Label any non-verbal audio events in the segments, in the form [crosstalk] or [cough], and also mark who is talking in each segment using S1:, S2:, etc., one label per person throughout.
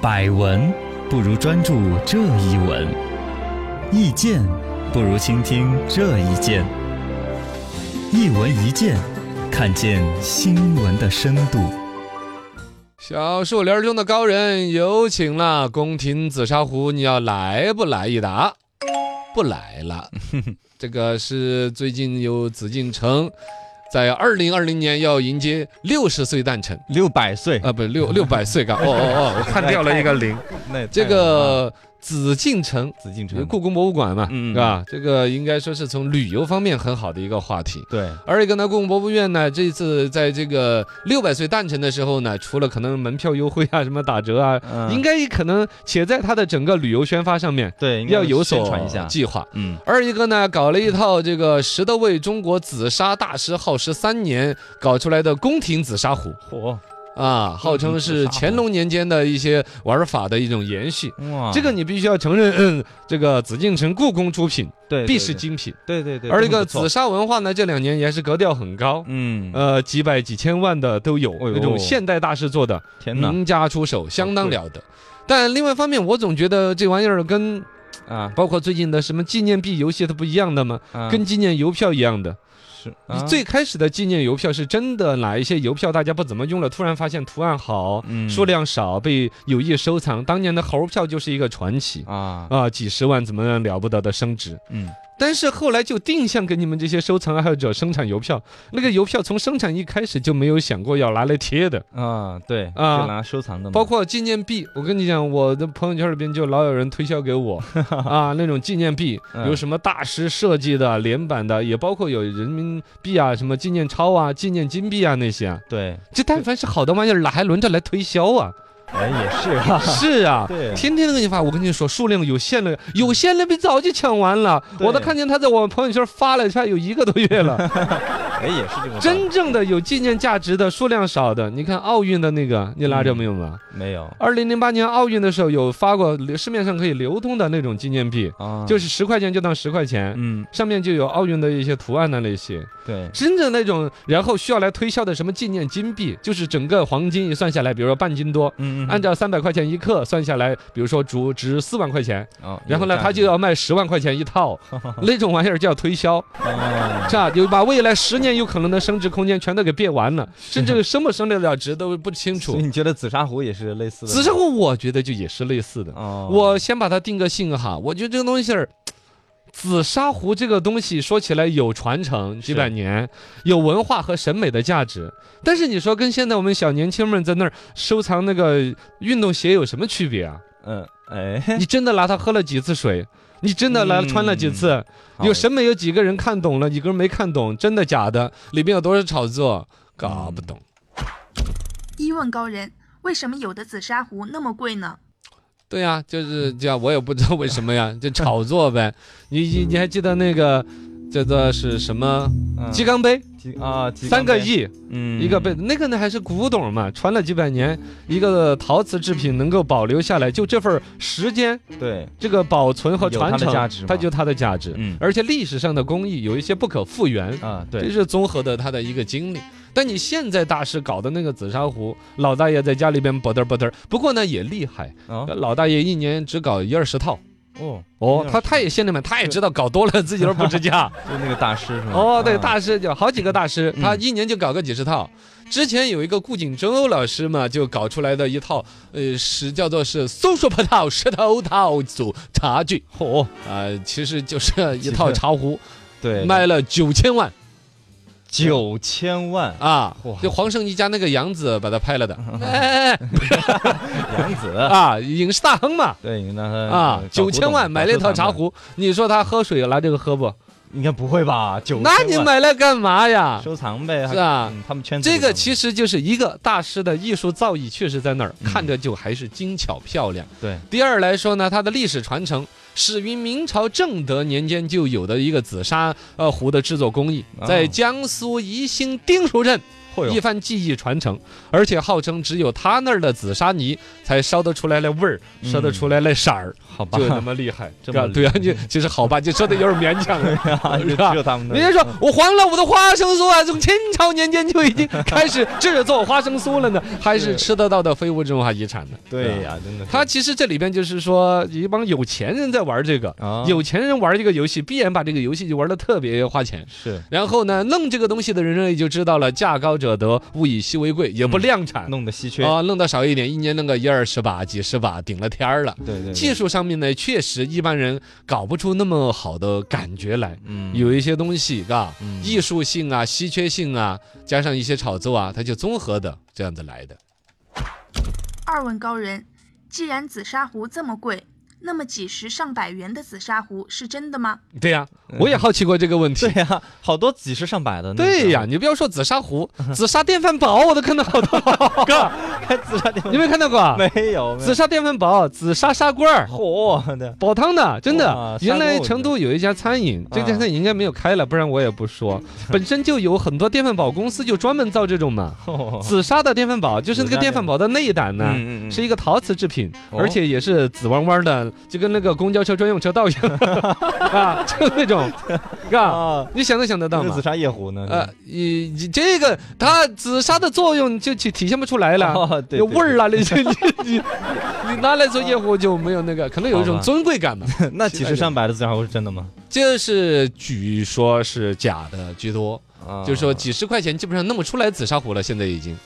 S1: 百闻不如专注这一闻，意见不如倾听这一见。一闻一见，看见新闻的深度。
S2: 小树林中的高人，有请啦！宫廷紫砂壶，你要来不来一打？不来 [laughs] 了。这个是最近有紫禁城，在二零二零年要迎接六十岁诞辰
S3: 六百岁，
S2: 啊，不六六百岁 [laughs] 嘎。哦哦哦，我看掉了一个零。
S3: 那也太
S2: 这个紫禁城，
S3: 啊紫禁城，
S2: 故宫博物馆嘛，
S3: 嗯
S2: 是吧？这个应该说是从旅游方面很好的一个话题。
S3: 对，
S2: 而一个呢，故宫博物院呢，这次在这个六百岁诞辰的时候呢，除了可能门票优惠啊、什么打折啊，
S3: 嗯
S2: 应该可能且在它的整个旅游宣发上面
S3: 对应该
S2: 要有
S3: 宣
S2: 所
S3: 传一下，
S2: 计划。
S3: 嗯，
S2: 二一个呢，搞了一套这个石头为中国紫砂大师耗时三年搞出来的宫廷紫砂壶
S3: 嚯，
S2: 啊，号称是乾隆年间的一些玩法的一种延续。
S3: 哇，
S2: 这个你必须要承认，嗯，这个紫禁城故宫出品
S3: 对
S2: 必是，精品，
S3: 对对对对，
S2: 而这
S3: 真
S2: 个
S3: 不错
S2: 紫，砂文化呢，这两年也是格调很高，
S3: 嗯，
S2: 呃，几百几千万的都有，
S3: 哎呦
S2: 那种现代大师做的，
S3: 天哪
S2: 名家出手，相当了得。但另外一方面，我总觉得这玩意儿跟
S3: 啊，
S2: 包括最近的什么纪念币游戏它不一样的嘛，
S3: 啊
S2: 跟纪念邮票一样的。
S3: 是
S2: 你
S3: 啊
S2: 最开始的纪念邮票是真的哪一些邮票大家不怎么用了，突然发现图案好，
S3: 嗯
S2: 数量少，被有意收藏。当年的猴票就是一个传奇
S3: 啊，
S2: 啊，几十万怎么样了不得的升值。
S3: 嗯，
S2: 但是后来就定向给你们这些收藏爱好者生产邮票，那个邮票从生产一开始就没有想过要拿来贴的，
S3: 啊，对，
S2: 啊
S3: 就拿收藏的嘛，
S2: 包括纪念币。我跟你讲，我的朋友圈里边就老有人推销
S3: [laughs]
S2: 给我啊，那种纪念币，
S3: 嗯
S2: 有什么大师设计的连版的，也包括有人民币啊、什么纪念钞啊、纪念金币啊那些啊。
S3: 对，
S2: 这但凡是好的玩意儿，哪还轮着来推销
S3: [laughs]
S2: 啊？
S3: 哎，也是
S2: [laughs]
S3: 哈，
S2: 是啊。
S3: 对，
S2: 天天都给你发，我跟你说，数量有限了，有限了被早就抢完了。我都
S3: 对
S2: 看见他在我朋友圈发了，快有一个多月了。
S3: 哎，也是这 [laughs] 么
S2: 真正的有纪念价值的数量少的，你看奥运的那个，你拿着没有嘛？
S3: 没有
S2: 二零零八年奥运的时候有发过流市面上可以流通的那种纪念币，
S3: 啊，，
S2: 就是是十块钱就当十块钱，
S3: 嗯，
S2: 上面就有奥运的一些图案的那些。
S3: 对，
S2: 真正那种，然后需要来推销的什么纪念金币，就是整个黄金一算下来，比如说半斤多。
S3: 嗯
S2: 按照三百块钱一克算下来，比如说值值四万块钱，
S3: 哦
S2: 然后呢，
S3: 有
S2: 他
S3: 价值
S2: 就要卖十万块钱
S3: [laughs]
S2: 一套，那种玩意儿叫推销。
S3: 啊，
S2: 是啊，就把未来十年有可能的升值空间全都给变完了，甚至升不升得了值都不清
S3: 所
S2: 楚
S3: 以。你觉得紫砂壶也是类似的吗？
S2: 紫砂壶我觉得就也是类似的，
S3: 哦，
S2: 我先把它定个性哈，我觉得这个东西儿。紫砂壶这个东西说起来有传承几百年，有文化和审美的价值，但是你说跟现在我们小年轻们在那儿收藏那个运动鞋有什么区别啊？
S3: 嗯，哎， [laughs]
S2: 你真的拿它喝了几次水？你真的拿
S3: 嗯
S2: 穿了几次？有审美有几个人看懂了，几个人没看懂，真的假的？里面有多少炒作？搞不懂。
S4: 一问高人，为什么有的紫砂壶那么贵呢？
S2: 对呀、就是这样，我也不知道为什么 [laughs] 呀，就炒作呗。你你你还记得那个叫做是什么
S3: 嗯
S2: 鸡缸杯？
S3: 几啊，几
S2: 三个
S3: 缸杯，
S2: 亿
S3: 嗯，
S2: 一个杯，那个呢还是古董嘛，传了几百年，一个陶瓷制品能够保留下来，就这份儿时间，
S3: 对，
S2: 这个保存和
S3: 有它
S2: 传
S3: 的
S2: 承
S3: 价值，
S2: 它
S3: 嘛
S2: 就它的价值。
S3: 嗯
S2: 而且历史上的工艺有一些不可复原，
S3: 啊，
S2: 这
S3: 对，
S2: 是综合的他的一个经历。但你现在大师搞的那个紫砂壶，老大爷在家里边啵嘚啵嘚儿，不过呢也厉害，
S3: 哦
S2: 老大爷一年只搞一二十套。
S3: 哦，
S2: 哦
S3: 一，二
S2: 他
S3: 十
S2: 他也心里面，他也知道搞多了自己都不值价。
S3: 就那个大师是吗？
S2: 哦，对，
S3: 啊
S2: 大师就好几个大师，
S3: 嗯
S2: 他一年就搞个几十套。之前有一个顾景舟老师嘛，就搞出来的一套，呃，是叫做是松树葡萄石头套组茶具，
S3: 嚯，
S2: 呃，其实就是一套茶壶，
S3: 对，
S2: 卖了九千万
S3: 九千万，
S2: 啊
S3: 哇！
S2: 就黄圣依家那个杨子把他拍了的，哎哎
S3: 杨
S2: 哎
S3: 子，
S2: 啊，影视大亨嘛。
S3: 对，让他
S2: 啊，九千万买了一套茶，壶，你说他喝水拿这个喝不？
S3: 应该不会吧？九，
S2: 那你买来干嘛呀？
S3: 收藏呗，
S2: 是啊
S3: 嗯他们圈子
S2: 这
S3: 里
S2: 个
S3: 头
S2: 其实就是一个大师的艺术造诣确实在那儿，
S3: 嗯
S2: 看着就还是精巧漂亮。
S3: 对，
S2: 第二来说呢，它的历史传承始于明朝正德年间就有的一个紫砂呃壶的制作工艺，
S3: 哦
S2: 在江苏宜兴丁墅镇
S3: 嚯哟
S2: 一番技艺传承，而且号称只有他那儿的紫砂泥才烧得出来那味儿，
S3: 嗯
S2: 烧得出来那色儿，
S3: 好吧，[laughs]
S2: [laughs] 就那么厉害。
S3: 这
S2: 是吧
S3: 么厉
S2: 对啊，你其实好吧，就说的有点勉强 [laughs] 了。
S3: 害，
S2: 是
S3: 就
S2: 吧
S3: 只有他们的。嗯
S2: 人家说我黄了我的花生酥啊，从清朝年间就已经开始制作花生酥了呢，还是吃得到的非物质文化遗产呢。 [laughs]
S3: 对
S2: 吧
S3: 呀，真的是。
S2: 嗯他其实这里边就是说，一帮有钱人在玩这个，
S3: 啊
S2: 有钱人玩这个游戏，必然把这个游戏就玩的特别花钱。
S3: 是
S2: 然后呢，弄这个东西的人呢，也就知道了，价高者得，物以稀为贵，也
S3: 嗯
S2: 不量产
S3: 弄得稀缺，
S2: 啊，弄得少一点，一年弄个一二十把、几十把，顶了天儿了。
S3: 对对，
S2: 技术上面呢，确实一般人搞不出那么好的感觉来。
S3: 嗯
S2: 有一些东西，嘎，
S3: 嗯
S2: 艺术性啊、稀缺性啊，加上一些炒作啊，它就综合的这样子来的。
S4: 二问高人，既然紫砂壶这么贵，那么几十上百元的紫砂壶是真的吗？
S2: 对呀、嗯我也好奇过这个问题
S3: 对。呀，嗯好多几十上百的。那个
S2: 对呀、，你不要说紫砂壶， [laughs] 紫砂电饭煲我都看到好多
S3: [laughs]
S2: 哥，
S3: 还自杀电
S2: 你没看到过啊？
S3: 没有，
S2: 紫砂电饭煲、紫砂砂锅儿。
S3: 嚯
S2: [laughs]
S3: 的，
S2: 煲汤的，真的
S3: 哇。
S2: 原
S3: 砂锅
S2: 来
S3: 我
S2: 成都有一家餐饮，这
S3: 啊嗯
S2: 家餐饮应该没有开了，不然我也不说。本身就有很多电饭煲公司就专门造这种嘛。
S3: 嚯
S2: 紫砂的电饭煲就是那个
S3: 紫砂
S2: 电
S3: 电
S2: 饭煲的内胆呢，
S3: 哦嗯嗯嗯
S2: 是一个陶瓷制品，
S3: 哦
S2: 而且也是紫弯弯的，就跟那个公交车专用车道一
S3: [laughs]
S2: 样啊，就那种，啊，
S3: 啊，
S2: 你想都想得到
S3: 那个
S2: 嘛
S3: 紫。砂夜壶呢？
S2: 呃，你你这个它紫砂的作用就体体现不出来了，
S3: 哦对
S2: 有
S3: 对哦
S2: 味儿了，那些 [laughs] 你你你拿来做夜壶就没有那个，可能有一种
S3: 好吧
S2: 尊贵感嘛。
S3: 那那几十上百的紫砂壶是真的吗？
S2: 这是据说是假的居多，
S3: 啊
S2: 就是说几十块钱基本上弄不出来紫砂壶了，现在已经。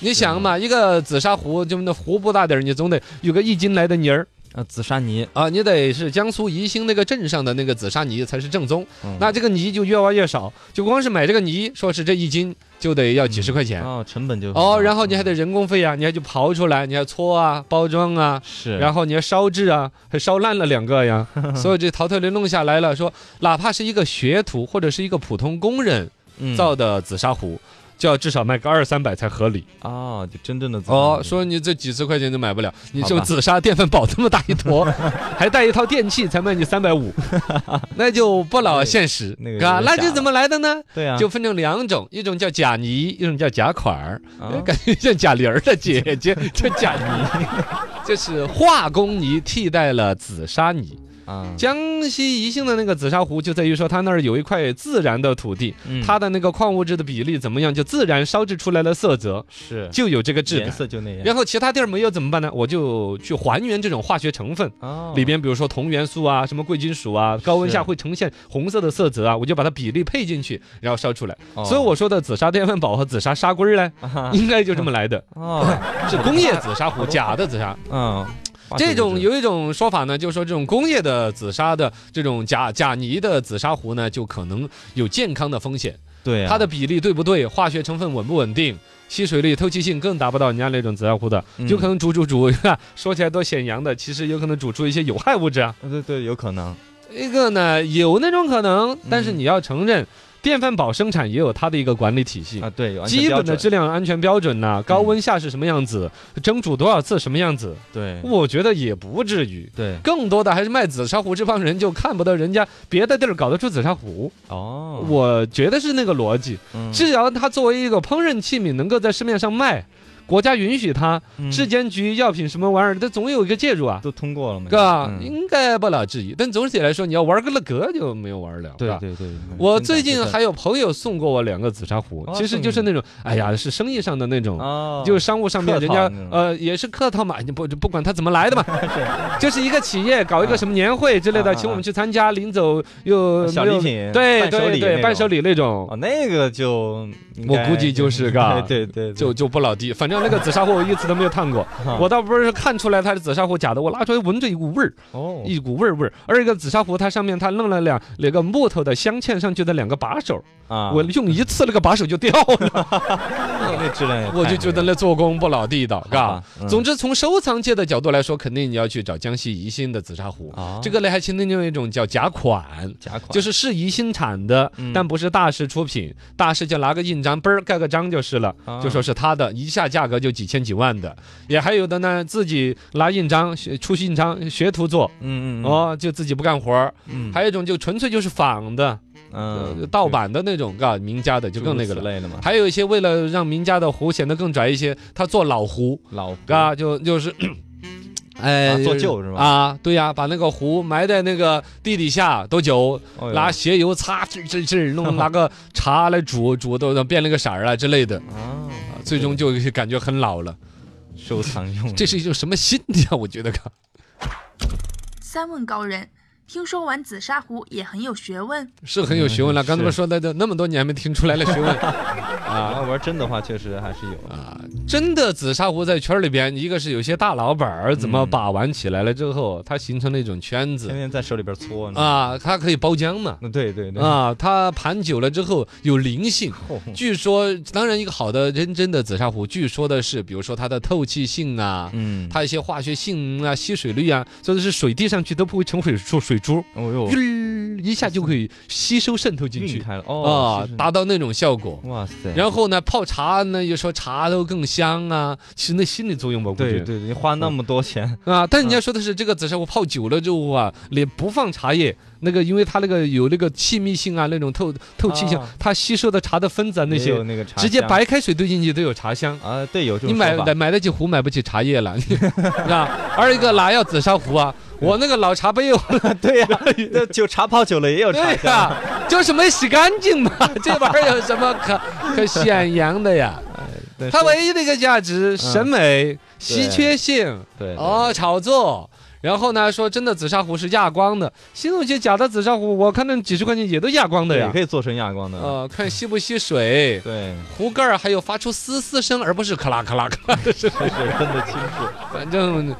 S2: 你想嘛，一个紫砂壶，就那壶不大点儿，你总得有个一斤来的泥儿
S3: 啊，紫砂泥，
S2: 啊，你得是江苏宜兴那个镇上的那个紫砂泥才是正宗。
S3: 嗯
S2: 那这个泥就越挖越少，就光是买这个泥，说是这一斤就得要几十块钱。
S3: 哦，成本就
S2: 哦，然后你还
S3: 得
S2: 得人工费啊，你还去刨出来，你还搓啊、包装啊，
S3: 是，
S2: 然后你还烧制啊，还烧烂了两个
S3: [laughs]
S2: 呀。所以这淘特雷弄下来了，说哪怕是一个学徒或者是一个普通工人
S3: 后
S2: 造的紫砂壶。就要至少卖个二三百才合理
S3: 哦，就真正的紫砂
S2: 哦
S3: 壶。
S2: 说你这几十块钱都买不了，你
S3: 好
S2: 这
S3: 吧
S2: 紫砂电饭煲这么大
S3: [laughs]
S2: 一坨，还带一套电器，才卖你三百五，那就不老现实，
S3: 那个有
S2: 啊
S3: 点，
S2: 那
S3: 假
S2: 这
S3: 了
S2: 怎么来的呢？
S3: 对啊，
S2: 就分成两种，一种叫假泥，一种叫假款儿。
S3: 啊
S2: 感觉像贾玲儿的
S3: [laughs]
S2: 姐姐，叫贾泥，就是化工泥替代了紫砂泥。
S3: 啊，
S2: 江西宜兴的那个紫砂壶就在于说，它那儿有一块自然的土地，
S3: 嗯
S2: 它的那个矿物质的比例怎么样，就自然烧制出来了色泽，
S3: 是
S2: 就有这个质
S3: 颜
S2: 感。
S3: 色就那样
S2: 然后其他地儿没有怎么办呢？我就去还原这种化学成分。
S3: 哦
S2: 里边比如说铜元素啊、什么贵金属啊，高温下会呈现红色的色泽啊，我就把它比例配进去，然后烧出来。
S3: 哦
S2: 所以我说的紫砂电饭煲和紫砂砂锅儿呢， [laughs]
S3: 啊
S2: 应该就这么来的，
S3: 哦，
S2: 是工业紫砂壶， [laughs] 假的紫砂。
S3: 嗯，哇
S2: [laughs] 这
S3: 个
S2: 种
S3: 是
S2: 有一种说法呢，就说这种工业的紫砂的这种假假泥的紫砂壶呢，就可能有健康的风险，
S3: 对啊
S2: 它的比例对不对，化学成分稳不稳定，吸水率、透气性更达不到人家那种紫砂壶的，
S3: 嗯
S2: 有可能煮煮煮，哎说起来多显阳的，其实有可能煮出一些有害物质啊。
S3: 对对有可能
S2: 一个呢，有那种可能，但是你要承认，电饭煲生产也有它的一个管理体系。
S3: 啊，对有安全
S2: 基本
S3: 标
S2: 的
S3: 准嗯
S2: 质量安全标准呐、高温下是什么样子，蒸煮多少次什么样子，
S3: 对
S2: 我觉得也不至于。
S3: 对
S2: 更多的还是卖紫砂壶这帮人就看不到人家别的地儿搞得出紫砂壶，
S3: 哦，
S2: 我觉得是那个逻辑。
S3: 嗯
S2: 只要它作为一个烹饪器皿能够在市面上卖，国家允许它，
S3: 嗯
S2: 质监局、药品什么玩意儿，它总有一个介入啊。
S3: 都通过了嘛，
S2: 哥，
S3: 嗯
S2: 应该不老质疑。但总体来说，你要玩个了个就没有玩了。
S3: 对
S2: 吧
S3: 对对，嗯
S2: 我
S3: 真的
S2: 最近
S3: 真的
S2: 还有朋友送过我两个紫砂壶
S3: 哦，
S2: 其实就是那种，哎呀，是生意上的那种。
S3: 哦，
S2: 就是商务上面，人
S3: 客
S2: 家
S3: 套那种
S2: 呃也是客套嘛，你不不管他怎么
S3: [laughs]
S2: 来的嘛，就是一个企业搞一个什么年会之类
S3: 啊
S2: 的，
S3: 啊
S2: 请我们去参加，临走又
S3: 小
S2: 没有
S3: 礼品
S2: 对
S3: 伴手
S2: 对
S3: 礼那
S2: 对，
S3: 种
S2: 伴手礼那种，
S3: 哦，那个就应
S2: 我
S3: 该
S2: 估计就是个
S3: 对对对，
S2: 就就不老低。反正那个紫砂壶我一次都没有烫过，
S3: 啊
S2: 我倒不是看出来它是紫砂壶假的，我拿出来闻着一股味儿，
S3: 哦
S2: 一股味儿味儿。而一个紫砂壶，它上面它弄了两两个木头的镶嵌上去的两个把手，
S3: 啊，
S2: 我用一次那个把手就掉了，
S3: 那质量也
S2: 我
S3: 太那
S2: 就觉
S3: 个
S2: 得那做工不老地道，嘎
S3: 吧。嗯
S2: 总之，从收藏界的角度来说，肯定你要去找江西宜兴的紫砂壶。
S3: 啊
S2: 这个呢，还其另外一种叫假款。
S3: 假款
S2: 就是是宜兴产的，
S3: 嗯
S2: 但不是大师出品，大师就拿个印章，嘣儿盖个章就是了，
S3: 啊
S2: 就说是他的，一下价格就几千几万的。也还有的呢，自己拿印章学出印章学徒做，哦
S3: 嗯嗯嗯
S2: 哦，就自己不干活儿。
S3: 嗯
S2: 还有一种就纯粹就是仿的，呃
S3: 嗯，
S2: 盗版的那种，嘎，名家的就更那个
S3: 诸如
S2: 了
S3: 此。类的嘛，
S2: 还有一些为了让名家的壶显得更拽一些，他做老壶，
S3: 老虎
S2: 嘎，就就是，哎、
S3: 啊做
S2: 就是
S3: 旧是吧
S2: 啊，对呀、把那个壶埋在那个地底下多久，
S3: 哦哟
S2: 拿鞋油擦，这这这弄拿个茶来煮，煮都变了个色儿啊之类的，
S3: 啊，
S2: 最终就感觉很老了。
S3: 收藏用
S2: 这是一种什么心理啊？我觉得，嘎
S4: 三问高人，听说玩紫砂壶也很有学问。
S2: 是很有学问了。
S3: 嗯
S2: 刚才们
S3: 是
S2: 说的那那么多年还没听出来了学问啊。
S3: 啊，玩真的话确实还是有啊，
S2: 啊，真的紫砂壶在圈里边，一个是有些大老板儿怎么
S3: 嗯
S2: 把玩起来了之后，它形成了一种圈
S3: 天
S2: 子
S3: 天在手里边搓呢。
S2: 啊，它可以包浆嘛
S3: 那对嗯对对，
S2: 啊，它盘久了之后有灵性。
S3: 哦
S2: 据说，当然一个好的认真的紫砂壶，据说的是，比如说它的透气性啊，
S3: 嗯，
S2: 它一些化学性啊、吸水率啊，甚至是水滴上去都不会成水珠水珠，
S3: 哦哟，
S2: 晕一下就可以吸收渗透进
S3: 晕
S2: 去
S3: 开了
S2: 啊
S3: 哦，是，
S2: 达到那种效果。
S3: 是哇塞，
S2: 然后呢，泡茶呢又说茶都更香啊，其实那心理作用吧，我估
S3: 对
S2: 计
S3: 对对，花那么多钱，
S2: 啊。但
S3: 嗯
S2: 人家说的是这个紫砂壶泡久了之后啊，连不放茶叶，那个因为它那个有那个气密性啊，那种透透气性
S3: 啊，
S2: 它吸收的茶的分子啊那
S3: 也有
S2: 些，
S3: 那个茶
S2: 直接
S3: 香
S2: 白开水兑进去都有茶香。
S3: 啊，对，有这
S2: 哦你
S3: 种
S2: 买
S3: 说法
S2: 买买得起壶，买不起茶叶了， [laughs] 啊！二一个哪要紫砂壶啊？我那个老
S3: [laughs]
S2: 茶杯，我
S3: 对呀， [laughs] 那酒茶泡久了也有茶
S2: 对
S3: 香，
S2: 呀，就是没洗干净嘛， [laughs] 这玩意儿有什么可
S3: [laughs]
S2: 可显扬的呀？
S3: 但
S2: 它
S3: 是嗯
S2: 唯一的一个价值，审美稀缺性
S3: 对对
S2: 哦，炒作。然后呢，说真的紫砂壶是亚光的，新东西假的紫砂壶，我看那几十块钱也都亚光的
S3: 对
S2: 呀
S3: 也。可以做成哑光的，
S2: 呃，看吸不吸水，
S3: 对，
S2: 壶盖儿还有发出嘶嘶声，而不是咔啦咔啦咔啦的声。
S3: 确实分得清楚。
S2: 反正，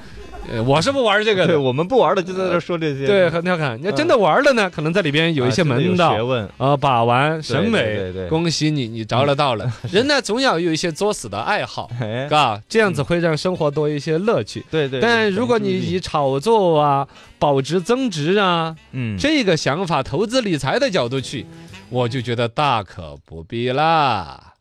S2: 呃，我是不玩这个
S3: 对
S2: 的。
S3: 我们不玩的就在这儿说这些，
S2: 对，
S3: 啊，
S2: 很调侃。你要真的玩了呢，可能在里边有一些
S3: 真的
S2: 门
S3: 学
S2: 道。
S3: 问，
S2: 啊，把玩审美，
S3: 对对对
S2: 恭喜你，你着了道 [laughs] 了。人呢，总要有一些作死的爱好，
S3: 哎，
S2: 嘎，这样子会让生活多一些乐趣。
S3: 对对。
S2: 但如果你
S3: 注意
S2: 以炒作啊、保值增值啊
S3: 嗯
S2: 这个想法、投资理财的角度去，我就觉得大可不必啦。